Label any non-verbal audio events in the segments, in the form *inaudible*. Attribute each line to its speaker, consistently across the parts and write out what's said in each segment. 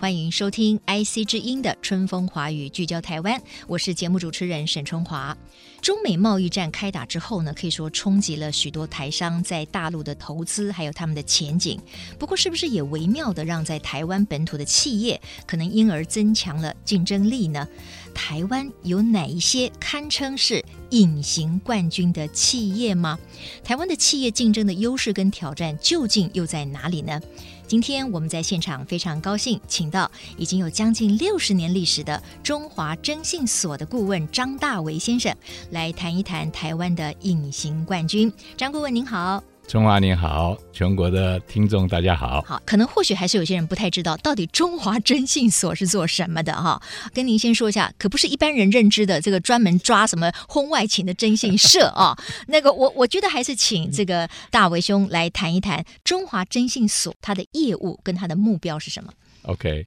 Speaker 1: 欢迎收听 IC 之音的《春风华语》，聚焦台湾，我是节目主持人沈春华。中美贸易战开打之后呢，可以说冲击了许多台商在大陆的投资，还有他们的前景。不过，是不是也微妙的让在台湾本土的企业可能因而增强了竞争力呢？台湾有哪一些堪称是隐形冠军的企业吗？台湾的企业竞争的优势跟挑战究竟又在哪里呢？今天我们在现场非常高兴，请到已经有将近六十年历史的中华征信所的顾问张大为先生来谈一谈台湾的隐形冠军。张顾问您好，
Speaker 2: 中华你好，全国的听众大家好。
Speaker 1: 好，可能或许还是有些人不太知道到底中华征信所是做什么的哈。 *laughs* 跟您先说一下，可不是一般人认知的这个专门抓什么婚外情的征信社啊。那个我我觉得还是请这个大为兄来谈一谈中华征信所它的业务跟它的目标是什么。
Speaker 2: OK，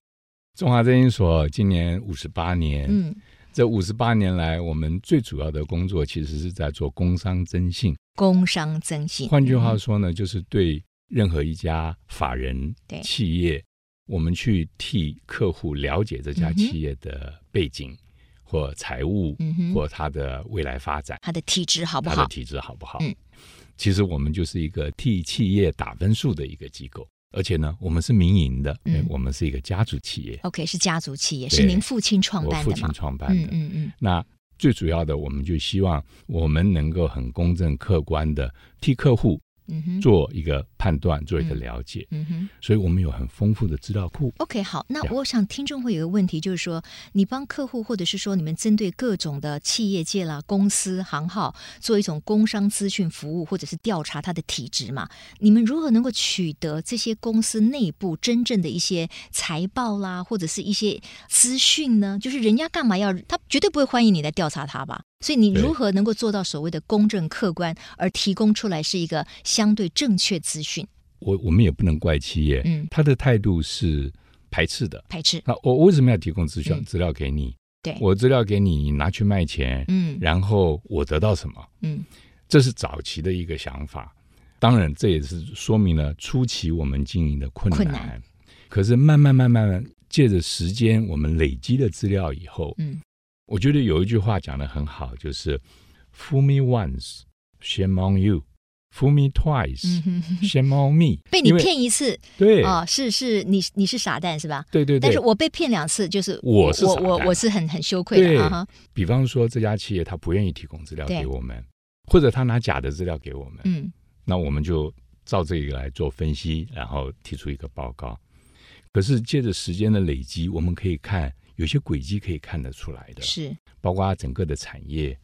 Speaker 2: 中华征信所今年五十八年，
Speaker 1: 嗯，
Speaker 2: 这五十八年来，我们最主要的工作其实是在做工商征信。
Speaker 1: 工商征信。嗯
Speaker 2: 换句话说呢，就是对任何一家法人
Speaker 1: 对
Speaker 2: 企业，我们去替客户了解这家
Speaker 1: 嗯哼
Speaker 2: 企业的背景或财务
Speaker 1: 嗯哼，
Speaker 2: 或它的未来发展。
Speaker 1: 他的体质好不
Speaker 2: 它的
Speaker 1: 好？
Speaker 2: 体质好不好？
Speaker 1: 嗯
Speaker 2: 其实我们就是一个替企业打分数的一个机构，而且呢，我们是民营的，
Speaker 1: 嗯
Speaker 2: 哎我们是一个家族企业，
Speaker 1: OK，是家族企业，
Speaker 2: 对
Speaker 1: 是您父亲创
Speaker 2: 我
Speaker 1: 办
Speaker 2: 父
Speaker 1: 的
Speaker 2: 亲
Speaker 1: 吗？
Speaker 2: 创办
Speaker 1: 嗯
Speaker 2: 的。
Speaker 1: 嗯嗯，
Speaker 2: 那最主要的，我们就希望我们能够很公正、客观的替客户
Speaker 1: 嗯哼，
Speaker 2: 做一个判断，做一个
Speaker 1: 嗯
Speaker 2: 了解。
Speaker 1: 嗯哼。
Speaker 2: 所以我们有很丰富的资料库。
Speaker 1: OK，好，那
Speaker 2: 呀
Speaker 1: 我想听众会有一个问题，就是说，你帮客户或者是说你们针对各种的企业界啦、公司行号做一种工商资讯服务，或者是调查它的体质嘛？你们如何能够取得这些公司内部真正的一些财报啦，或者是一些资讯呢？就是人家干嘛要他绝对不会欢迎你来调查他吧？所以你
Speaker 2: 对
Speaker 1: 如何能够做到所谓的公正客观，而提供出来是一个相对正确资讯？
Speaker 2: 我我们也不能怪企业，
Speaker 1: 嗯
Speaker 2: 他的态度是排斥的。
Speaker 1: 排斥，
Speaker 2: 那我我为什么要提供资讯
Speaker 1: 嗯
Speaker 2: 资料给你？
Speaker 1: 对
Speaker 2: 我资料给你，你拿去卖钱，
Speaker 1: 嗯
Speaker 2: 然后我得到什么？
Speaker 1: 嗯，
Speaker 2: 这是早期的一个想法。当然，这也是说明了初期我们经营的困难。
Speaker 1: 困难
Speaker 2: 可是慢慢慢慢慢，借着时间，我们累积了资料以后，
Speaker 1: 嗯，
Speaker 2: 我觉得有一句话讲得很好，就是 “fool me once, shame on you; fool me twice,
Speaker 1: 嗯哼
Speaker 2: shame on me”，
Speaker 1: *laughs* 被你
Speaker 2: 因为
Speaker 1: 骗一次，
Speaker 2: 对、
Speaker 1: 哦，是是，你你是傻蛋是吧？
Speaker 2: 对对对，
Speaker 1: 但是我被骗两次，就是
Speaker 2: 我是
Speaker 1: 我
Speaker 2: 傻
Speaker 1: 我
Speaker 2: 蛋
Speaker 1: 我是很很羞愧
Speaker 2: 对
Speaker 1: 的啊哈。
Speaker 2: 比方说，这家企业他不愿意提供资料
Speaker 1: 对
Speaker 2: 给我们，或者他拿假的资料给我们，
Speaker 1: 嗯
Speaker 2: 那我们就照这个来做分析，然后提出一个报告。可是借着时间的累积，我们可以看有些轨迹可以看得出来的，
Speaker 1: 是
Speaker 2: 包括整个的产业，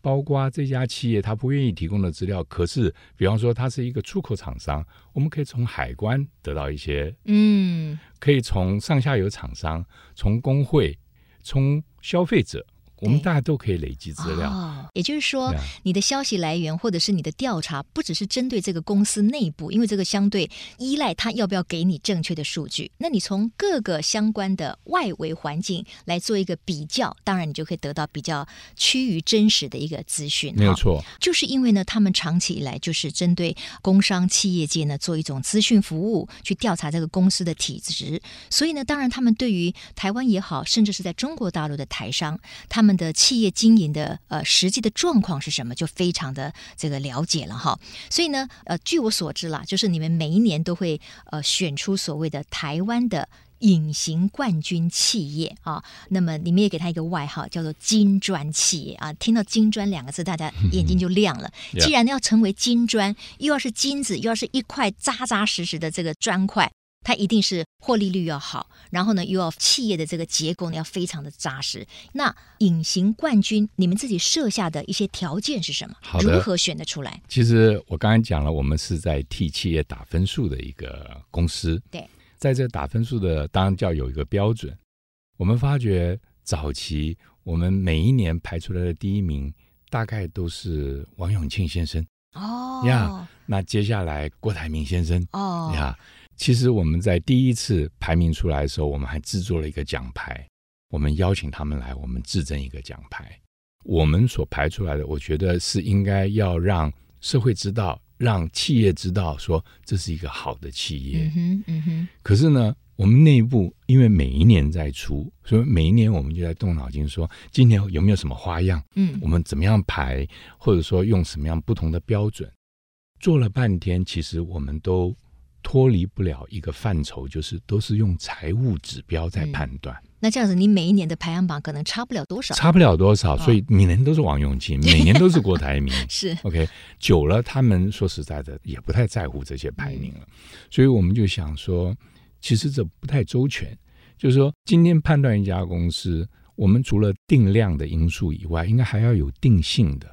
Speaker 2: 包括这家企业它不愿意提供的资料。可是，比方说它是一个出口厂商，我们可以从海关得到一些
Speaker 1: 嗯
Speaker 2: 可以从上下游厂商、从工会、从消费者，我们
Speaker 1: 对
Speaker 2: 大家都可以累积资料。
Speaker 1: 哦，也就是说
Speaker 2: 对啊，
Speaker 1: 你的消息来源或者是你的调查，不只是针对这个公司内部，因为这个相对依赖它要不要给你正确的数据。那你从各个相关的外围环境来做一个比较，当然你就可以得到比较趋于真实的一个资讯。
Speaker 2: 没有
Speaker 1: 哈
Speaker 2: 错，
Speaker 1: 就是因为呢，他们长期以来就是针对工商企业界呢做一种资讯服务，去调查这个公司的体质。所以呢，当然他们对于台湾也好，甚至是在中国大陆的台商，他们的企业经营的呃实际的状况是什么，就非常的这个了解了哈。所以呢，呃，据我所知啦，就是你们每一年都会呃选出所谓的台湾的。隐形冠军企业啊，那么你们也给他一个外号，叫做“金砖企业”啊。听到“金砖”两个字，大
Speaker 2: *laughs*
Speaker 1: 家眼睛就亮了。
Speaker 2: Yeah
Speaker 1: 既然要成为金砖，又要是金子，又要是一块扎扎实实的这个砖块，它一定是获利率要好，然后呢，又要企业的这个结构呢要非常的扎实。那隐形冠军，你们自己设下的一些条件是什么？
Speaker 2: 好的
Speaker 1: 如何选得出来？
Speaker 2: 其实我刚才讲了，我们是在替企业打分数的一个公司。
Speaker 1: 对，
Speaker 2: 在这打分数的，当然就要有一个标准。我们发觉早期我们每一年排出来的第一名、大概都是王永庆先生。
Speaker 1: 哦
Speaker 2: 呀那接下来郭台铭先生
Speaker 1: 哦
Speaker 2: 呀，其实我们在第一次排名出来的时候，我们还制作了一个奖牌，我们邀请他们来，我们制赠一个奖牌。我们所排出来的，我觉得是应该要让社会知道，让企业知道，说这是一个好的企业。
Speaker 1: 嗯哼嗯哼
Speaker 2: 可是呢，我们内部因为每一年在出，所以每一年我们就在动脑筋说，今年有没有什么花样，
Speaker 1: 嗯
Speaker 2: 我们怎么样排，或者说用什么样不同的标准。做了半天，其实我们都脱离不了一个范畴，就是都是用财务指标在判断，
Speaker 1: 那这样子，你每一年的排行榜可能差不了多少。
Speaker 2: 差不了多少。所以每年都是王永庆，每年都是郭台铭。
Speaker 1: 是，
Speaker 2: OK，久了，他们说实在的也不太在乎这些排名
Speaker 1: 嗯
Speaker 2: 了，所以我们就想说，其实这不太周全。就是说，今天判断一家公司，我们除了定量的因素以外，应该还要有定性的。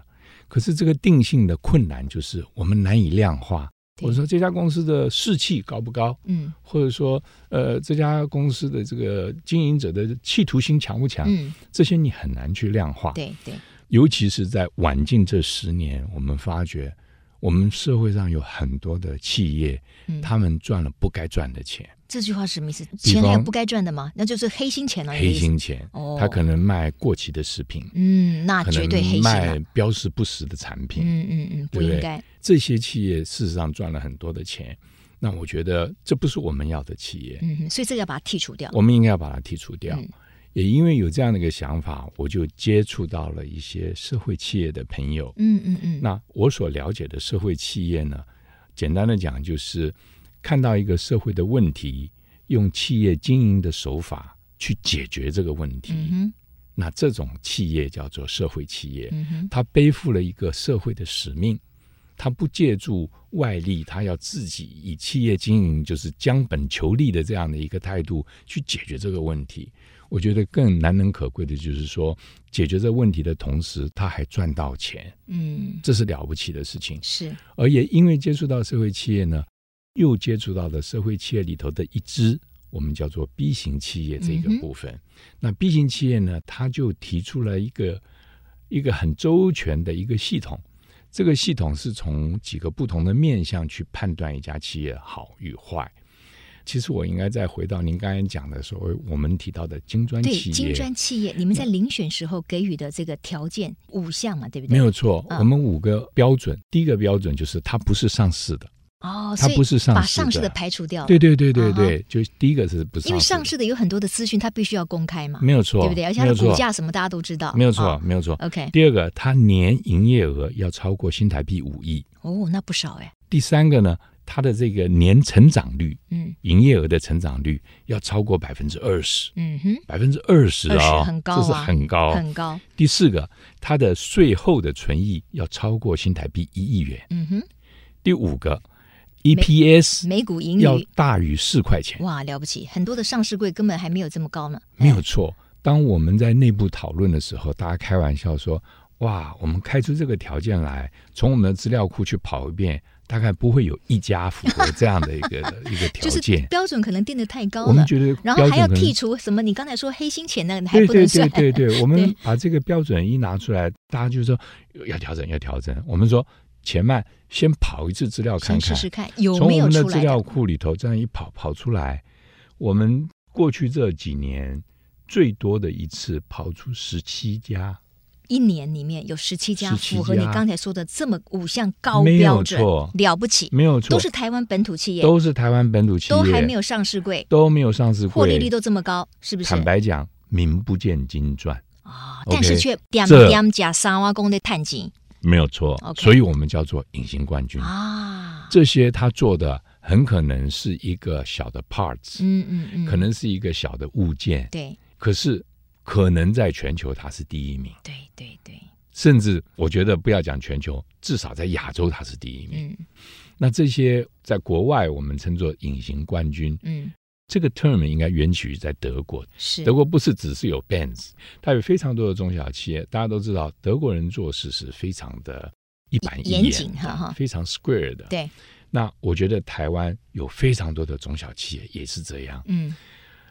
Speaker 2: 可是这个定性的困难就是我们难以量化。
Speaker 1: 对
Speaker 2: 我说这家公司的士气高不高，
Speaker 1: 嗯
Speaker 2: 或者说，呃，这家公司的这个经营者的企图心强不强，
Speaker 1: 嗯，
Speaker 2: 这些你很难去量化。
Speaker 1: 对对，
Speaker 2: 尤其是在晚近这十年，我们发觉我们社会上有很多的企业，
Speaker 1: 嗯
Speaker 2: 他们赚了不该赚的钱，
Speaker 1: 这句话是什么意思？
Speaker 2: 比
Speaker 1: 钱还有
Speaker 2: 方
Speaker 1: 不该赚的吗？那就是黑心钱了。你的
Speaker 2: 黑
Speaker 1: 意思。
Speaker 2: 心钱，
Speaker 1: 哦
Speaker 2: 他可能卖过期的食品，
Speaker 1: 嗯，那
Speaker 2: 可
Speaker 1: 绝对黑
Speaker 2: 能
Speaker 1: 心了
Speaker 2: 卖。标识不实的产品，
Speaker 1: 嗯嗯嗯，不
Speaker 2: 对不
Speaker 1: 应
Speaker 2: 对
Speaker 1: 该。
Speaker 2: 这些企业事实上赚了很多的钱。那我觉得这不是我们要的企业，
Speaker 1: 嗯哼，所以这个要把它剔除掉。
Speaker 2: 我们应该要把它剔除掉。
Speaker 1: 嗯
Speaker 2: 也因为有这样的一个想法，我就接触到了一些社会企业的朋友，
Speaker 1: 嗯嗯嗯，
Speaker 2: 那我所了解的社会企业呢，简单的讲就是看到一个社会的问题，用企业经营的手法去解决这个问题。
Speaker 1: 嗯哼
Speaker 2: 那这种企业叫做社会企业，
Speaker 1: 嗯哼，
Speaker 2: 它背负了一个社会的使命，它不借助外力，它要自己以企业经营就是将本求利的这样的一个态度去解决这个问题。我觉得更难能可贵的就是说，解决这问题的同时，他还赚到钱。
Speaker 1: 嗯
Speaker 2: 这是了不起的事情。
Speaker 1: 是，
Speaker 2: 而也因为接触到社会企业呢，又接触到了社会企业里头的一支，我们叫做 B 型企业这个
Speaker 1: 嗯哼
Speaker 2: 部分。那 B 型企业呢，它就提出了一个一个很周全的一个系统。这个系统是从几个不同的面向去判断一家企业好与坏。其实我应该再回到您刚才讲的所谓我们提到的金砖
Speaker 1: 对
Speaker 2: 企业，
Speaker 1: 金砖企业，你们在遴选时候给予的这个条件五项嘛，对不对？
Speaker 2: 没有错。
Speaker 1: 嗯
Speaker 2: 我们五个标准，第一个标准就是它不是上市的，
Speaker 1: 哦，
Speaker 2: 它
Speaker 1: 所以
Speaker 2: 不是上
Speaker 1: 把
Speaker 2: 市
Speaker 1: 上市
Speaker 2: 的
Speaker 1: 的排除掉了。
Speaker 2: 对对对对
Speaker 1: 啊哈
Speaker 2: 对，就是第一个是不上市的，
Speaker 1: 因为上市的有很多的资讯，它必须要公开嘛，
Speaker 2: 没有错，
Speaker 1: 对不对？而且它
Speaker 2: 没
Speaker 1: 的
Speaker 2: 有错
Speaker 1: 股价什么大家都知道，
Speaker 2: 没有错，
Speaker 1: 啊
Speaker 2: 没有错。
Speaker 1: OK，
Speaker 2: 第二个，它年营业额要超过新台币五亿。
Speaker 1: 哦，那不少哎，
Speaker 2: 第三个呢，它的这个年成长率，
Speaker 1: 嗯
Speaker 2: 营业额的成长率要超过百分之二十，
Speaker 1: 嗯哼，
Speaker 2: 百分之二十啊，
Speaker 1: 20%很高啊
Speaker 2: 这是很高。
Speaker 1: 很高，
Speaker 2: 第四个，它的税后的存益要超过新台币一亿元。
Speaker 1: 嗯哼，
Speaker 2: 第五个，EPS
Speaker 1: 每股盈
Speaker 2: 要
Speaker 1: 余，
Speaker 2: 大于四块钱。
Speaker 1: 哇，了不起，很多的上市柜根本还没有这么高呢，
Speaker 2: 没有错。当我们在内部讨论的时候，大家开玩笑说：“哇，我们开出这个条件来，从我们的资料库去跑一遍，大概不会有一家符合这样的一
Speaker 1: *laughs*
Speaker 2: 个一个条
Speaker 1: 就是
Speaker 2: 件。
Speaker 1: 标准可能定的太高
Speaker 2: 我们
Speaker 1: 了，
Speaker 2: 觉得
Speaker 1: 然后
Speaker 2: 标
Speaker 1: 还
Speaker 2: 准
Speaker 1: 要
Speaker 2: 可能
Speaker 1: 剔除什么？你刚才说黑心钱那个还
Speaker 2: 对
Speaker 1: 不能
Speaker 2: 对
Speaker 1: 算
Speaker 2: 对，
Speaker 1: *laughs*
Speaker 2: 对对，我们
Speaker 1: 对
Speaker 2: 把这个标准一拿出来，大家就说呃要调整，要调整。我们说前慢先跑一次资料看
Speaker 1: 先
Speaker 2: 看
Speaker 1: 试，试看有
Speaker 2: 从
Speaker 1: 没
Speaker 2: 我
Speaker 1: 有
Speaker 2: 们的
Speaker 1: 出
Speaker 2: 资
Speaker 1: 来
Speaker 2: 料库里头这样一跑跑出来，我们过去这几年最多的一次跑出十七家，
Speaker 1: 一年里面有十七家
Speaker 2: 17
Speaker 1: 符合你
Speaker 2: 家
Speaker 1: 刚才说的这么五项高
Speaker 2: 没有
Speaker 1: 标准
Speaker 2: 错，
Speaker 1: 了不起，
Speaker 2: 没有错，
Speaker 1: 都是台湾本土企业，
Speaker 2: 都是台湾本土企业，
Speaker 1: 都还没有上市柜，
Speaker 2: 都没有上市
Speaker 1: 获利
Speaker 2: 柜，
Speaker 1: 率都这么高，是不是？
Speaker 2: 坦白讲，名不见经传，
Speaker 1: 啊、
Speaker 2: OK，
Speaker 1: 但是却点
Speaker 2: 这
Speaker 1: 点加三挖工的探金
Speaker 2: 没有错
Speaker 1: OK
Speaker 2: 所以我们叫做隐形冠军。
Speaker 1: 啊，
Speaker 2: 这些他做的很可能是一个小的 parts，、
Speaker 1: 嗯嗯嗯，
Speaker 2: 可能是一个小的物件，
Speaker 1: 对
Speaker 2: 可是可能在全球它是第一名，
Speaker 1: 对对对，
Speaker 2: 甚至我觉得不要讲全球，至少在亚洲它是第一名。
Speaker 1: 嗯
Speaker 2: 那这些在国外我们称作隐形冠军，
Speaker 1: 嗯
Speaker 2: 这个 term 应该源起于在德国，
Speaker 1: 是
Speaker 2: 德国不是只是有 Benz，它有非常多的中小企业。大家都知道，德国人做事是非常的一板一
Speaker 1: 严
Speaker 2: 眼
Speaker 1: 谨哈哈
Speaker 2: 的，非常 square 的。
Speaker 1: 对，
Speaker 2: 那我觉得台湾有非常多的中小企业也是这样。
Speaker 1: 嗯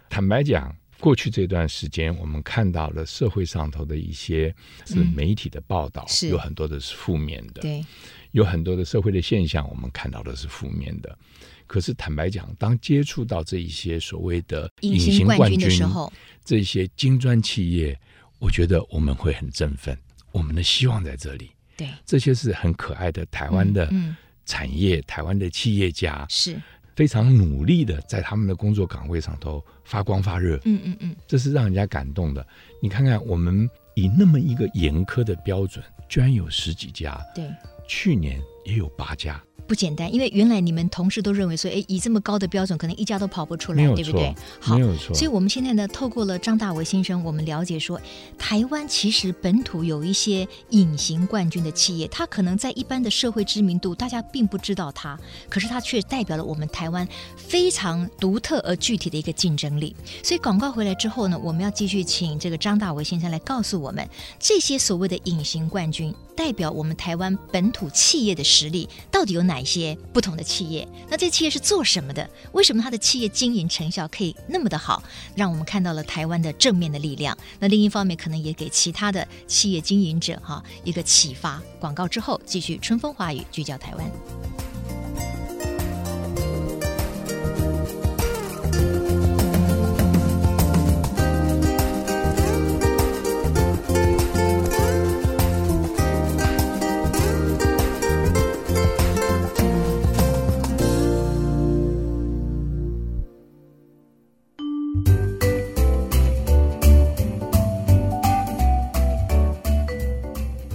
Speaker 2: 坦白讲，过去这段时间，我们看到了社会上头的一些是
Speaker 1: 嗯
Speaker 2: 媒体的报道，
Speaker 1: 是
Speaker 2: 有很多的是负面的，
Speaker 1: 对，
Speaker 2: 有很多的社会的现象，我们看到的是负面的。可是坦白讲，当接触到这一些所谓的
Speaker 1: 隐
Speaker 2: 隐
Speaker 1: 形
Speaker 2: 形
Speaker 1: 冠
Speaker 2: 冠
Speaker 1: 军
Speaker 2: 军
Speaker 1: 的时候，
Speaker 2: 这些金砖企业，我觉得我们会很振奋，我们的希望在这里。
Speaker 1: 对，
Speaker 2: 这些是很可爱的台湾的
Speaker 1: 嗯嗯
Speaker 2: 产业，台湾的企业家
Speaker 1: 是，
Speaker 2: 非常努力的在他们的工作岗位上头发光发热，
Speaker 1: 嗯嗯嗯，
Speaker 2: 这是让人家感动的。你看看，我们以那么一个严苛的标准，居然有十几家，
Speaker 1: 对。
Speaker 2: 去年也有八家，
Speaker 1: 不简单，因为原来你们同事都认为说，哎，以这么高的标准，可能一家都跑不出
Speaker 2: 没
Speaker 1: 来，
Speaker 2: 有
Speaker 1: 对不
Speaker 2: 错，
Speaker 1: 对？好
Speaker 2: 没，有错。
Speaker 1: 所以我们现在呢，透过了张大为先生，我们了解说，台湾其实本土有一些隐形冠军的企业，它可能在一般的社会知名度，大家并不知道它，可是它却代表了我们台湾非常独特而具体的一个竞争力。所以广告回来之后呢，我们要继续请这个张大为先生来告诉我们，这些所谓的隐形冠军，代表我们台湾本土企业的实力，到底有哪一些不同的企业？那这企业是做什么的？为什么它的企业经营成效可以那么的好？让我们看到了台湾的正面的力量。那另一方面，可能也给其他的企业经营者哈、一个启发。广告之后继续春风华语聚焦台湾。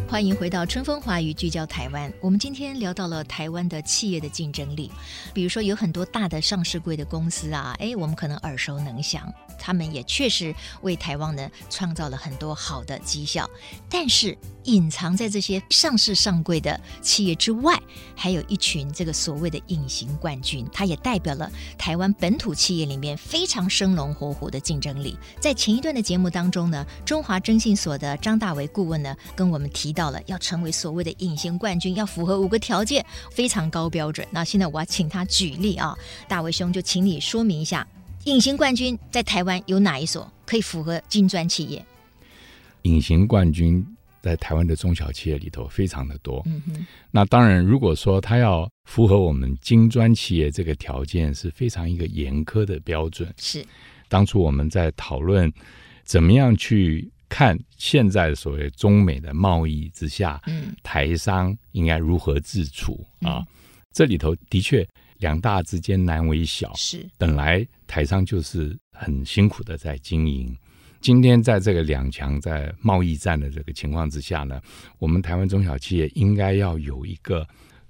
Speaker 1: 欢迎回到春风华语，聚焦台湾。我们今天聊到了台湾的企业的竞争力，比如说有很多大的上市柜的公司啊，哎，我们可能耳熟能详，他们也确实为台湾呢创造了很多好的绩效。但是隐藏在这些上市上柜的企业之外，还有一群这个所谓的隐形冠军，它也代表了台湾本土企业里面非常生龙活虎的竞争力。在前一段的节目当中呢，中华征信所的张大为顾问呢，跟我们提到了要成为所谓的隐形冠军，要符合五个条件，非常高标准。那现在我要请他举例啊，大为兄就请你说明一下，隐形冠军在台湾有哪一所可以符合金砖企业？
Speaker 2: 隐形冠军在台湾的中小企业里头非常的多。
Speaker 1: 嗯哼，
Speaker 2: 那当然，如果说它要符合我们金砖企业这个条件，是非常一个严苛的标准。
Speaker 1: 是
Speaker 2: 当初我们在讨论怎么样去看现在所谓中美的贸易之下，
Speaker 1: 嗯，
Speaker 2: 台商应该如何自处啊？这里头的确两大之间难为小，
Speaker 1: 是，
Speaker 2: 本来台商就是很辛苦的在经营。今天在这个两强在贸易战的这个情况之下呢，我们台湾中小企业应该要有一个，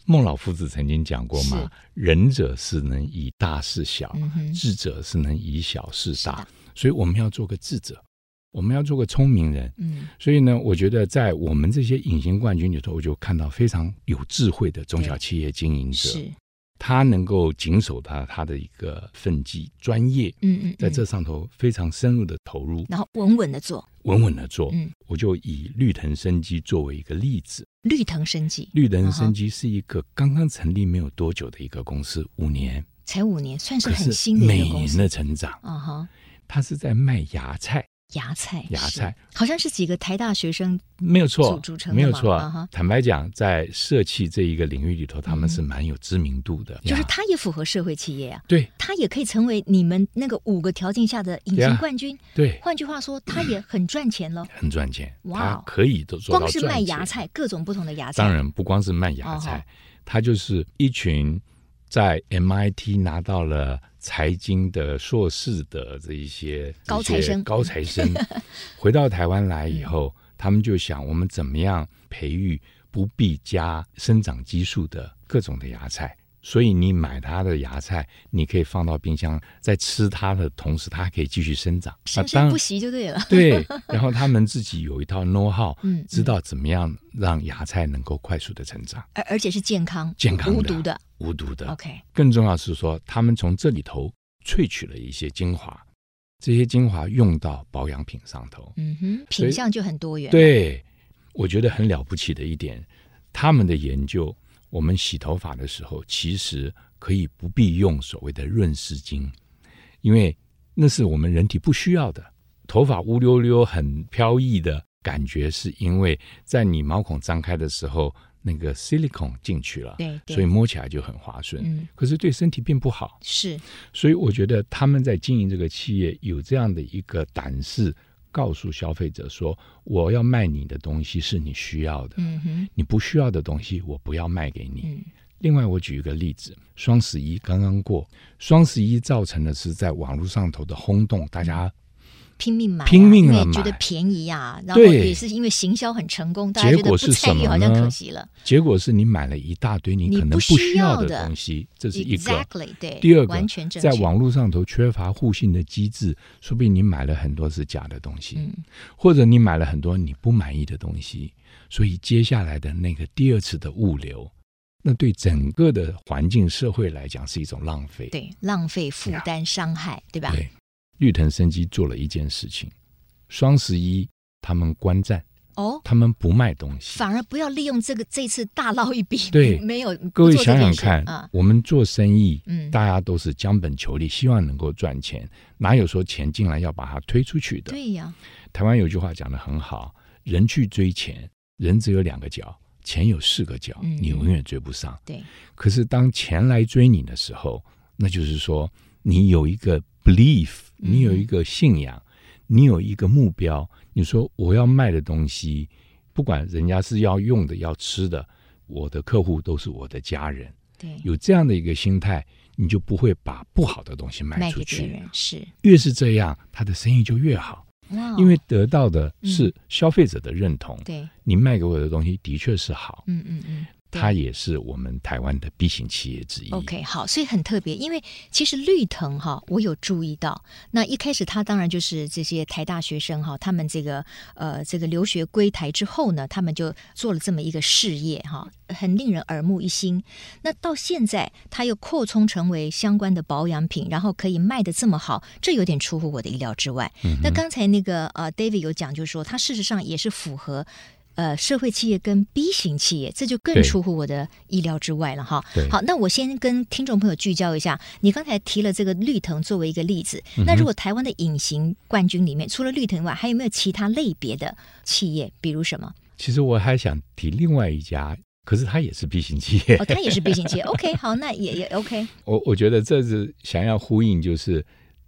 Speaker 2: 孟老夫子曾经讲过嘛
Speaker 1: 是，
Speaker 2: 仁者是能以大事小，
Speaker 1: 嗯哼，
Speaker 2: 智者是能以小事
Speaker 1: 是
Speaker 2: 大
Speaker 1: 的，
Speaker 2: 所以我们要做个智者，我们要做个聪明人。
Speaker 1: 嗯，
Speaker 2: 所以呢，我觉得在我们这些隐形冠军里头，我就看到非常有智慧的中小企业经营者，
Speaker 1: 是，
Speaker 2: 他能够谨守他他的一个分际，专业
Speaker 1: 嗯嗯，
Speaker 2: 在这
Speaker 1: 嗯，
Speaker 2: 上头非常深入的投入，
Speaker 1: 然后稳稳的做，
Speaker 2: 稳稳的做。
Speaker 1: 嗯
Speaker 2: 我就以绿藤生机作为一个例子。
Speaker 1: 绿藤生机，
Speaker 2: 绿藤生机是一个刚刚成立没有多久的一个公司，五年，
Speaker 1: 才五年，算是
Speaker 2: 可
Speaker 1: 很
Speaker 2: 是
Speaker 1: 新的一
Speaker 2: 每
Speaker 1: 个公
Speaker 2: 年
Speaker 1: 司。
Speaker 2: 的成长，
Speaker 1: 啊哈，
Speaker 2: 它是在卖芽菜，
Speaker 1: 芽菜，
Speaker 2: 芽
Speaker 1: 是
Speaker 2: 菜
Speaker 1: 好像是几个台大学生，
Speaker 2: 没有错
Speaker 1: 组组成，的嘛
Speaker 2: 没有错。
Speaker 1: 啊哈嗯
Speaker 2: 坦白讲，在社企这一个领域里头，他们是蛮有知名度的，
Speaker 1: 就是
Speaker 2: 呀
Speaker 1: 他也符合社会企业啊，
Speaker 2: 对
Speaker 1: 他也可以成为你们那个五个条件下的隐形
Speaker 2: Yeah
Speaker 1: 冠军。
Speaker 2: 对，
Speaker 1: 换句话说，他也很赚钱了。
Speaker 2: 很赚钱，
Speaker 1: 哇
Speaker 2: 它
Speaker 1: 哦
Speaker 2: 可以都做到
Speaker 1: 光是卖
Speaker 2: 赚
Speaker 1: 芽
Speaker 2: 钱
Speaker 1: 菜，各种不同的芽菜，
Speaker 2: 当然啊不光是卖芽
Speaker 1: 哦
Speaker 2: 菜，它就是一群在 MIT 拿到了财经的硕士的这一些
Speaker 1: 高材
Speaker 2: 这些
Speaker 1: 生嗯
Speaker 2: 高
Speaker 1: *laughs*
Speaker 2: 材生回到台湾来以后，他们就想我们怎么样培育不必加生长激素的各种的芽菜。所以你买它的芽菜，你可以放到冰箱，在吃它的同时，它还可以继续生长。
Speaker 1: 生
Speaker 2: 那当
Speaker 1: 生不息就对了。
Speaker 2: 对，然后他们自己有一套 know how，
Speaker 1: 嗯嗯
Speaker 2: 知道怎么样让芽菜能够快速的成长，
Speaker 1: 而而且是健康、
Speaker 2: 健康的
Speaker 1: 无毒的。
Speaker 2: 无毒的。
Speaker 1: OK，
Speaker 2: 更重要是说，他们从这里头萃取了一些精华，这些精华用到保养品上头。
Speaker 1: 嗯哼，
Speaker 2: 所以
Speaker 1: 品相就很多元。，
Speaker 2: 对，啊我觉得很了不起的一点，他们的研究，我们洗头发的时候，其实可以不必用所谓的润湿巾，因为那是我们人体不需要的。头发乌溜溜、很飘逸的感觉，是因为在你毛孔张开的时候，那个 silicone 进去了，
Speaker 1: 对对
Speaker 2: 所以摸起来就很滑顺。
Speaker 1: 嗯，
Speaker 2: 可是对身体并不好，
Speaker 1: 是
Speaker 2: 所以我觉得他们在经营这个企业有这样的一个胆识，告诉消费者说：我要卖你的东西是你需要的，
Speaker 1: 嗯哼
Speaker 2: 你不需要的东西我不要卖给你。
Speaker 1: 嗯
Speaker 2: 另外，我举一个例子，双十一刚刚过，双十一造成的是在网络上头的轰动，大家
Speaker 1: 拼命买啊、
Speaker 2: 拼命
Speaker 1: 因
Speaker 2: 了
Speaker 1: 为觉得
Speaker 2: 买
Speaker 1: 便宜啊，然后
Speaker 2: 对
Speaker 1: 也是因为行销很成功，大家觉
Speaker 2: 结
Speaker 1: 得
Speaker 2: 果
Speaker 1: 不
Speaker 2: 是什
Speaker 1: 参与
Speaker 2: 么
Speaker 1: 好像可
Speaker 2: 呢
Speaker 1: 惜了。
Speaker 2: 结果是你买了一大堆你可
Speaker 1: 你
Speaker 2: 能
Speaker 1: 不
Speaker 2: 不
Speaker 1: 需
Speaker 2: 需
Speaker 1: 要
Speaker 2: 要的
Speaker 1: 的
Speaker 2: 东西，这是一个。
Speaker 1: Exactly，对，
Speaker 2: 第二个
Speaker 1: 完全，正确
Speaker 2: 在网络上头缺乏互信的机制，说不定你买了很多是假的东西，
Speaker 1: 嗯
Speaker 2: 或者你买了很多你不满意的东西，所以接下来的那个第二次的物流，那对整个的环境社会来讲是一种浪费。
Speaker 1: 对浪费、负
Speaker 2: 呀
Speaker 1: 担、伤害，对吧？
Speaker 2: 对，绿藤生机做了一件事情，双十一他们观战，
Speaker 1: 哦，
Speaker 2: 他们不卖东西，
Speaker 1: 反而不要利用这个这次大捞一笔，
Speaker 2: 对
Speaker 1: 没有
Speaker 2: 各
Speaker 1: 不做
Speaker 2: 位
Speaker 1: 这
Speaker 2: 想想
Speaker 1: 件事
Speaker 2: 看，
Speaker 1: 啊，
Speaker 2: 我们做生意，
Speaker 1: 嗯
Speaker 2: 大家都是将本求利，希望能够赚钱，哪有说钱进来要把它推出去的？
Speaker 1: 对呀，
Speaker 2: 台湾有句话讲得很好，人去追钱，人只有两个脚，钱有四个脚，
Speaker 1: 嗯
Speaker 2: 你永远追不上。
Speaker 1: 对，
Speaker 2: 可是当钱来追你的时候，那就是说你有一个 belief，
Speaker 1: 嗯
Speaker 2: 你有一个信仰，你有一个目标。你说我要卖的东西，不管人家是要用的、要吃的，我的客户都是我的家人。
Speaker 1: 对，
Speaker 2: 有这样的一个心态，你就不会把不好的东西卖
Speaker 1: 卖
Speaker 2: 出
Speaker 1: 给别
Speaker 2: 去。
Speaker 1: 人是
Speaker 2: 越是这样，他的生意就越好，
Speaker 1: 哇，
Speaker 2: 因为得到的是
Speaker 1: 嗯
Speaker 2: 消费者的认同。
Speaker 1: 对，
Speaker 2: 你卖给我的东西的确是好，
Speaker 1: 嗯嗯嗯。对
Speaker 2: 它也是我们台湾的 B 型企业之一。
Speaker 1: OK，好，所以很特别，因为其实绿藤哈，我有注意到，那一开始他当然就是这些台大学生哈，他们这个呃这个留学归台之后呢，他们就做了这么一个事业哈，很令人耳目一新。那到现在他又扩充成为相关的保养品，然后可以卖的这么好，这有点出乎我的意料之外。那刚才那个呃 David 有讲，就是说他事实上也是符合。呃，社会企业跟 B 型企业，这就更
Speaker 2: 对
Speaker 1: 出乎我的意料之外了哈。
Speaker 2: 对
Speaker 1: 好，那我先跟听众朋友聚焦一下，你刚才提了这个绿藤作为一个例子，
Speaker 2: 嗯
Speaker 1: 那如果台湾的隐形冠军里面，除了绿藤以外，还有没有其他类别的企业？比如
Speaker 2: *laughs*
Speaker 1: 什么？
Speaker 2: 其实我还想提另外一家，可是它也是 B 型企业。
Speaker 1: 哦，它也是 B 型
Speaker 2: *laughs*
Speaker 1: 企业。OK，好，那也也 OK。
Speaker 2: 我我觉得这是想要呼应，就是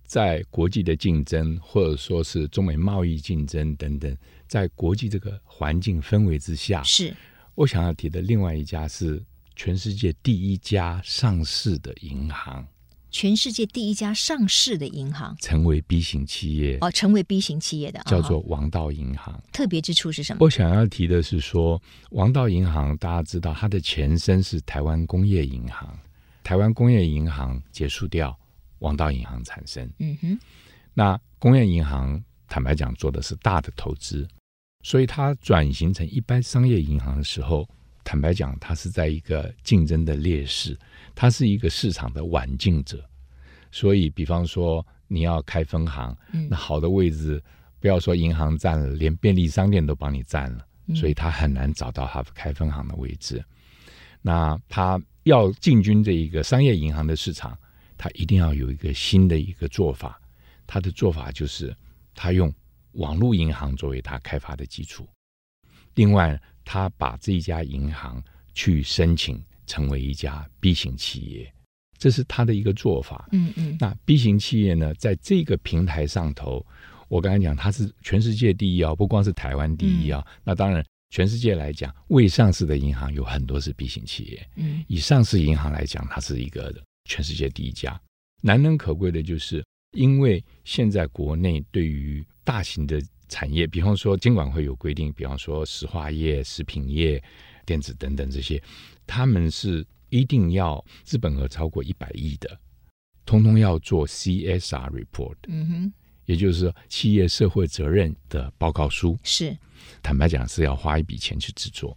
Speaker 2: 在国际的竞争，或者说是中美贸易竞争等等，在国际这个环境氛围之下，
Speaker 1: 是
Speaker 2: 我想要提的另外一家是全世界第一家上市的银行，
Speaker 1: 全世界第一家上市的银行
Speaker 2: 成为 B 型企业，
Speaker 1: 哦，成为 B 型企业的，
Speaker 2: 叫
Speaker 1: 哦
Speaker 2: 做哦王道银行。
Speaker 1: 特别之处是什么？
Speaker 2: 我想要提的是说，王道银行大家知道，它的前身是台湾工业银行，台湾工业银行结束掉，王道银行产生。
Speaker 1: 嗯哼，
Speaker 2: 那工业银行坦白讲做的是大的投资，所以它转型成一般商业银行的时候，坦白讲，它是在一个竞争的劣势，它是一个市场的晚进者。所以，比方说你要开分行，
Speaker 1: 嗯
Speaker 2: 那好的位置，不要说银行占了，连便利商店都帮你占了，
Speaker 1: 嗯
Speaker 2: 所以他很难找到他开分行的位置。那他要进军这一个商业银行的市场，他一定要有一个新的一个做法。他的做法就是，他用网络银行作为他开发的基础，另外他把这一家银行去申请成为一家 B 型企业，这是他的一个做法。
Speaker 1: 嗯嗯，
Speaker 2: 那 B 型企业呢，在这个平台上头，我刚才讲它是全世界第一啊、不光是台湾第一啊、那当然，全世界来讲，未上市的银行有很多是 B 型企业。
Speaker 1: 嗯
Speaker 2: 以上市银行来讲，它是一个全世界第一家。难能可贵的就是，因为现在国内对于大型的产业，比方说监管会有规定，比方说石化业、食品业、电子等等这些，他们是一定要资本额超过一百亿的，通通要做 CSR report，
Speaker 1: 嗯哼，
Speaker 2: 也就是说企业社会责任的报告书。
Speaker 1: 是
Speaker 2: 坦白讲是要花一笔钱去制作，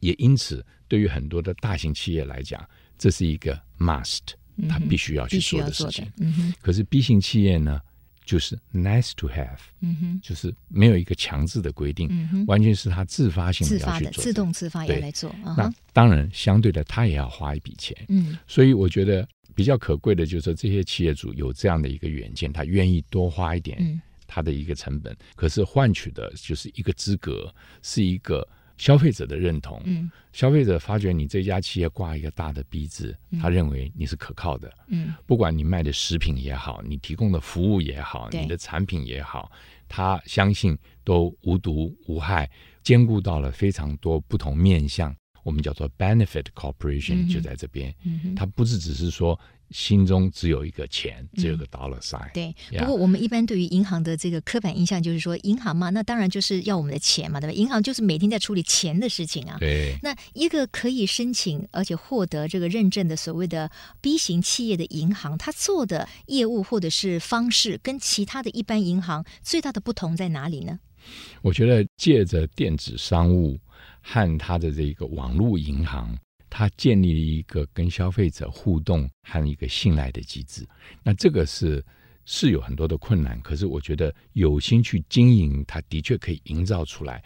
Speaker 2: 也因此对于很多的大型企业来讲，这是一个 must，
Speaker 1: 嗯哼
Speaker 2: 它必须要去
Speaker 1: 必须
Speaker 2: 做
Speaker 1: 要
Speaker 2: 的
Speaker 1: 做
Speaker 2: 事
Speaker 1: 的
Speaker 2: 情。。
Speaker 1: 嗯哼，
Speaker 2: 可是 B 型企业呢，就是 nice to have，
Speaker 1: 嗯哼，
Speaker 2: 就是没有一个强制的规定，
Speaker 1: 嗯哼
Speaker 2: 完全是它自发性
Speaker 1: 自
Speaker 2: 地要
Speaker 1: 发
Speaker 2: 去
Speaker 1: 的，
Speaker 2: 做这个
Speaker 1: 自动自发要
Speaker 2: 对
Speaker 1: 来做。啊
Speaker 2: 那
Speaker 1: 哈，
Speaker 2: 当然，相对的，它也要花一笔钱。
Speaker 1: 嗯
Speaker 2: 所以我觉得比较可贵的就是说，这些企业主有这样的一个远见，他愿意多花一点
Speaker 1: 嗯
Speaker 2: 他的一个成本，可是换取的就是一个资格，是一个消费者的认同。
Speaker 1: 嗯
Speaker 2: 消费者发觉你这家企业挂一个大的标志，他认为你是可靠的，
Speaker 1: 嗯
Speaker 2: 不管你卖的食品也好，你提供的服务也好，
Speaker 1: 对
Speaker 2: 你的产品也好，他相信都无毒无害，兼顾到了非常多不同面向。我们叫做 benefit
Speaker 1: 嗯
Speaker 2: corporation
Speaker 1: 哼
Speaker 2: 就在这边，
Speaker 1: 嗯哼，
Speaker 2: 他不是只是说心中只有一个钱，只有一个 dollar sign。
Speaker 1: 嗯对。
Speaker 2: Yeah
Speaker 1: 不过我们一般对于银行的这个刻板印象就是说，银行嘛，那当然就是要我们的钱嘛，对吧？银行就是每天在处理钱的事情啊。
Speaker 2: 对
Speaker 1: 那一个可以申请而且获得这个认证的所谓的 B 型企业的银行，它做的业务或者是方式跟其他的一般银行最大的不同在哪里呢？
Speaker 2: 我觉得借着电子商务和它的这个网络银行，它建立了一个跟消费者互动和一个信赖的机制。那这个是是有很多的困难，可是我觉得有心去经营，它的确可以营造出来。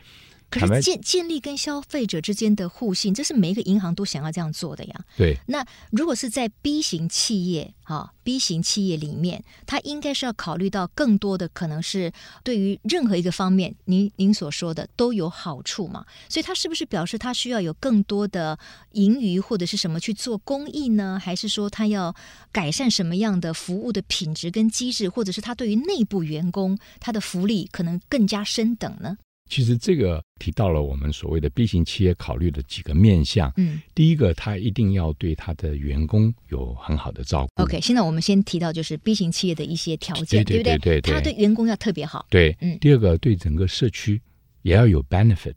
Speaker 1: 可
Speaker 2: 坦白
Speaker 1: 是建建立跟消费者之间的互信，这是每一个银行都想要这样做的呀。
Speaker 2: 对
Speaker 1: 那如果是在 B 型企业啊，B 型企业里面，它应该是要考虑到更多的可能是对于任何一个方面，您您所说的都有好处嘛，所以它是不是表示它需要有更多的盈余或者是什么去做公益呢？还是说它要改善什么样的服务的品质跟机制，或者是它对于内部员工它的福利可能更加升等呢？
Speaker 2: 其实这个提到了我们所谓的 B 型企业考虑的几个面向。
Speaker 1: 嗯。
Speaker 2: 第一个，它一定要对它的员工有很好的照顾。
Speaker 1: OK，现在我们先提到就是 B 型企业的一些条件，
Speaker 2: 对对
Speaker 1: 不对？
Speaker 2: 对对对
Speaker 1: 他对员工要特别好，
Speaker 2: 对，
Speaker 1: 嗯
Speaker 2: 第二个对整个社区也要有 benefit。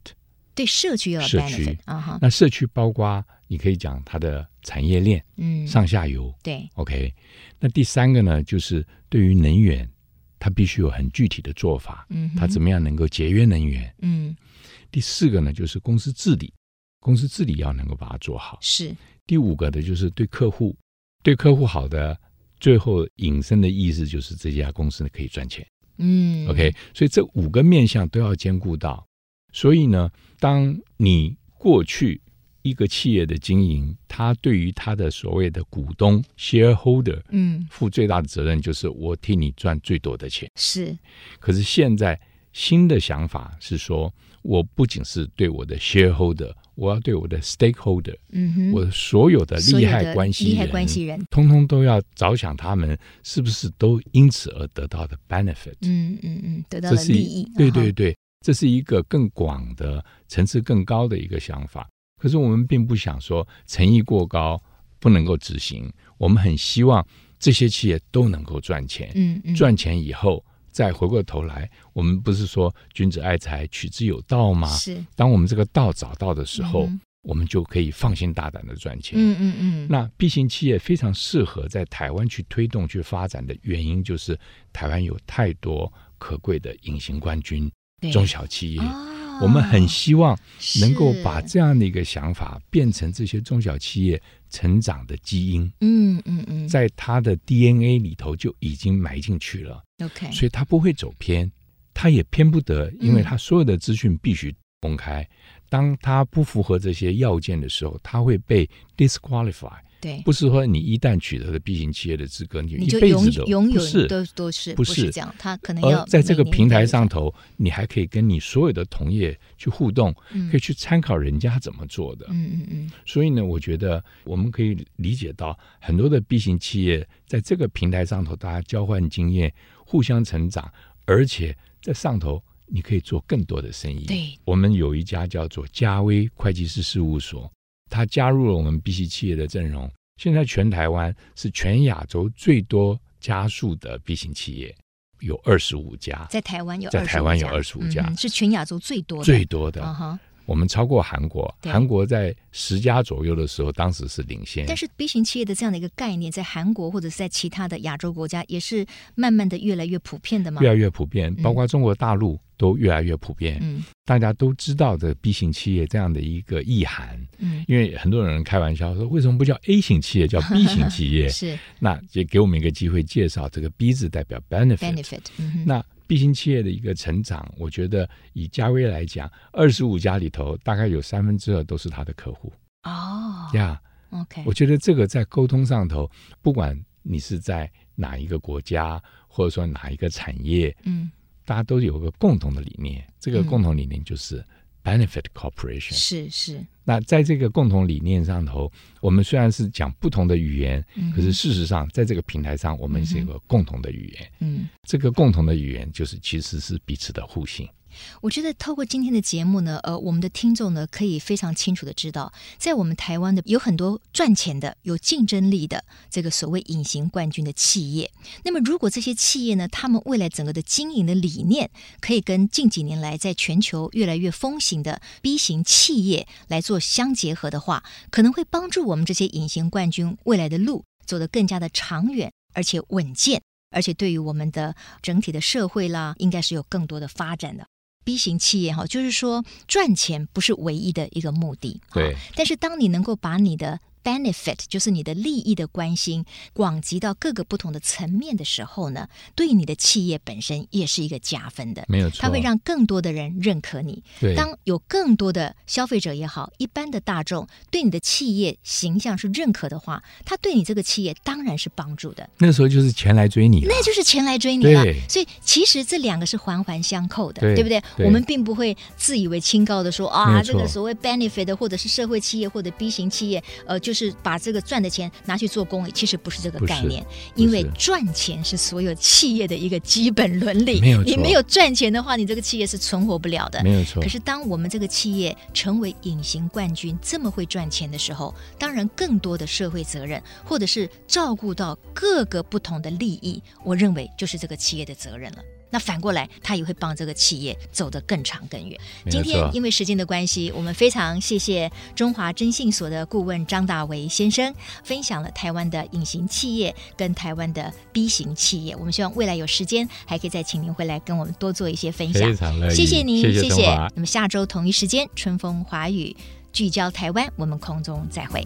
Speaker 1: 对社区要有
Speaker 2: 社
Speaker 1: benefit
Speaker 2: 区
Speaker 1: 啊哈，
Speaker 2: 那社区包括你可以讲它的产业链
Speaker 1: 嗯，
Speaker 2: 上下游、
Speaker 1: 对，
Speaker 2: o k 那第三个呢，就是对于能源，它必须有很具体的做法，
Speaker 1: 嗯哼，
Speaker 2: 它怎么样能够节约能源？
Speaker 1: 嗯
Speaker 2: 第四个呢，就是公司治理，公司治理要能够把它做好。
Speaker 1: 是
Speaker 2: 第五个呢，就是对客户，对客户好的，最后引申的意思就是这家公司可以赚钱。
Speaker 1: 嗯
Speaker 2: OK，所以这五个面向都要兼顾到。所以呢，当你过去一个企业的经营，它对于它的所谓的股东 shareholder
Speaker 1: 嗯
Speaker 2: 负最大的责任，就是我替你赚最多的钱。
Speaker 1: 是
Speaker 2: 可是现在新的想法是说，我不仅是对我的 shareholder，我要对我的 stakeholder，、
Speaker 1: 嗯哼，
Speaker 2: 我所有的
Speaker 1: 所
Speaker 2: 利
Speaker 1: 有
Speaker 2: 害
Speaker 1: 的
Speaker 2: 关系
Speaker 1: 利
Speaker 2: 人，
Speaker 1: 害关系人，
Speaker 2: 通通都要着想他们是不是都因此而得到的 benefit。
Speaker 1: 嗯嗯嗯，得到
Speaker 2: 这
Speaker 1: 了
Speaker 2: 是
Speaker 1: 利
Speaker 2: 一
Speaker 1: 益，
Speaker 2: 对
Speaker 1: 啊哈
Speaker 2: 对，对，这是一个更广的层次更高的一个想法。可是我们并不想说诚意过高不能够执行，我们很希望这些企业都能够赚钱，
Speaker 1: 嗯嗯，
Speaker 2: 赚钱以后再回过头来，我们不是说君子爱财取之有道吗？
Speaker 1: 是
Speaker 2: 当我们这个道找到的时候，
Speaker 1: 嗯哼
Speaker 2: 我们就可以放心大胆的赚钱。
Speaker 1: 嗯嗯嗯，
Speaker 2: 那 B 型企业非常适合在台湾去推动、去发展的原因，就是台湾有太多可贵的隐形冠军、
Speaker 1: 对
Speaker 2: 中小企业。
Speaker 1: 啊
Speaker 2: 我们很希望能够把
Speaker 1: 是嗯
Speaker 2: 这样的一个想法变成这些中小企业成长的基因，
Speaker 1: 嗯嗯嗯
Speaker 2: 在它的 DNA 里头就已经埋进去了，
Speaker 1: ，OK，
Speaker 2: 所以它不会走偏，它也偏不得，因
Speaker 1: 嗯
Speaker 2: 为它所有的资讯必须公开。当它不符合这些要件的时候，它会被 disqualify。
Speaker 1: 对，
Speaker 2: 不是说你一旦取得了 B 型企业的资格，你
Speaker 1: 你
Speaker 2: 一
Speaker 1: 就
Speaker 2: 辈
Speaker 1: 永
Speaker 2: 子都
Speaker 1: 永
Speaker 2: 不
Speaker 1: 远
Speaker 2: 是
Speaker 1: 都都是
Speaker 2: 不
Speaker 1: 是
Speaker 2: 是
Speaker 1: 这样，他可能要
Speaker 2: 而在这个
Speaker 1: 每年
Speaker 2: 平台
Speaker 1: 都
Speaker 2: 上
Speaker 1: 有
Speaker 2: 头，你还可以跟你所有的同业去互动，可以去参考人家怎么做的。
Speaker 1: 嗯嗯嗯
Speaker 2: 所以呢，我觉得我们可以理解到很多的 B 型企业在这个平台上头，大家交换经验，互相成长，而且在上头你可以做更多的生意。
Speaker 1: 对，
Speaker 2: 我们有一家叫做嘉威会计师事务所，它加入了我们 B 型企业的阵容。现在全台湾是全亚洲最多家数的 B 型企业，有二十五家，
Speaker 1: 在台湾有
Speaker 2: 在台湾有
Speaker 1: 25
Speaker 2: 25家
Speaker 1: 嗯嗯是全亚洲最多的
Speaker 2: 最多的。
Speaker 1: 啊哈。
Speaker 2: 我们超过韩国，
Speaker 1: 对
Speaker 2: 韩国在十家左右的时候，当时是领先。
Speaker 1: 但是 B 型企业的这样的一个概念，在韩国或者是在其他的亚洲国家，也是慢慢的越来越普遍的嘛
Speaker 2: 越。来越普遍，
Speaker 1: 嗯
Speaker 2: 包括中国大陆都越来越普遍。
Speaker 1: 嗯
Speaker 2: 大家都知道的 B 型企业这样的一个意涵，
Speaker 1: 嗯，
Speaker 2: 因为很多人开玩笑说，为什么不叫 A 型企业，叫 B 型企
Speaker 1: *laughs*
Speaker 2: 业？
Speaker 1: 是
Speaker 2: 那也给我们一个机会介绍这个 B 字代表 benefit。
Speaker 1: benefit。嗯哼，
Speaker 2: 那 B 型企业的一个成长，我觉得以嘉威来讲，二十五家里头大概有三分之二都是他的客户
Speaker 1: 哦，
Speaker 2: 呀。
Speaker 1: OK，
Speaker 2: 我觉得这个在沟通上头，不管你是在哪一个国家，或者说哪一个产业，
Speaker 1: 嗯，
Speaker 2: 大家都有个共同的理念。这个
Speaker 1: 嗯
Speaker 2: 共同理念就是 benefit corporation。
Speaker 1: 是是，
Speaker 2: 那在这个共同理念上头，我们虽然是讲不同的语言，
Speaker 1: 嗯
Speaker 2: 可是事实上在这个平台上，我们是有个共同的语言。
Speaker 1: 嗯，
Speaker 2: 这个共同的语言就是其实是彼此的互信。
Speaker 1: 我觉得透过今天的节目呢，呃，我们的听众呢可以非常清楚的知道，在我们台湾的有很多赚钱的、有竞争力的这个所谓隐形冠军的企业。那么，如果这些企业呢，他们未来整个的经营的理念可以跟近几年来在全球越来越风行的 B 型企业来做相结合的话，可能会帮助我们这些隐形冠军未来的路走得更加的长远，而且稳健。而且对于我们的整体的社会啦，应该是有更多的发展的。B 型企业哈，就是说赚钱不是唯一的一个目的，
Speaker 2: 对
Speaker 1: 啊但是当你能够把你的 benefit，就是你的利益的关心，广及到各个不同的层面的时候呢，对你的企业本身也是一个加分的。
Speaker 2: 没有错，
Speaker 1: 它会让更多的人认可你。
Speaker 2: 对
Speaker 1: 当有更多的消费者也好，一般的大众对你的企业形象是认可的话，他对你这个企业当然是帮助的。
Speaker 2: 那时候就是钱来追你了，
Speaker 1: 那就是钱来追你了
Speaker 2: 对。
Speaker 1: 所以其实这两个是环环相扣的，
Speaker 2: 对
Speaker 1: 不对？
Speaker 2: 对
Speaker 1: 我们并不会自以为清高的说
Speaker 2: 没
Speaker 1: 啊，
Speaker 2: 有
Speaker 1: 这
Speaker 2: 错
Speaker 1: 个所谓 benefit 的或者是社会企业或者 B 型企业，呃，就是把这个赚的钱拿去做公益，其实不是这个
Speaker 2: 不是
Speaker 1: 概念，
Speaker 2: 是
Speaker 1: 因为赚钱是所有企业的一个基本伦理。
Speaker 2: 没有错
Speaker 1: 你没有赚钱的话，你这个企业是存活不了的。
Speaker 2: 没有错
Speaker 1: 可。是，当我们这个企业成为隐形冠军，这么会赚钱的时候，当然更多的社会责任，或者是照顾到各个不同的利益，我认为就是这个企业的责任了。那反过来，他也会帮这个企业走得更长更远。
Speaker 2: 没
Speaker 1: 今
Speaker 2: 有
Speaker 1: 天
Speaker 2: 错
Speaker 1: 因为时间的关系，我们非常谢谢中华征信所的顾问张大为先生分享了台湾的隐形企业跟台湾的 B 型企业。我们希望未来有时间还可以再请您回来跟我们多做一些分享
Speaker 2: 非。常乐意，
Speaker 1: 谢谢您，
Speaker 2: 谢
Speaker 1: 谢
Speaker 2: 谢中华
Speaker 1: 那么下周同一时间，春风华语聚焦台湾，我们空中再会。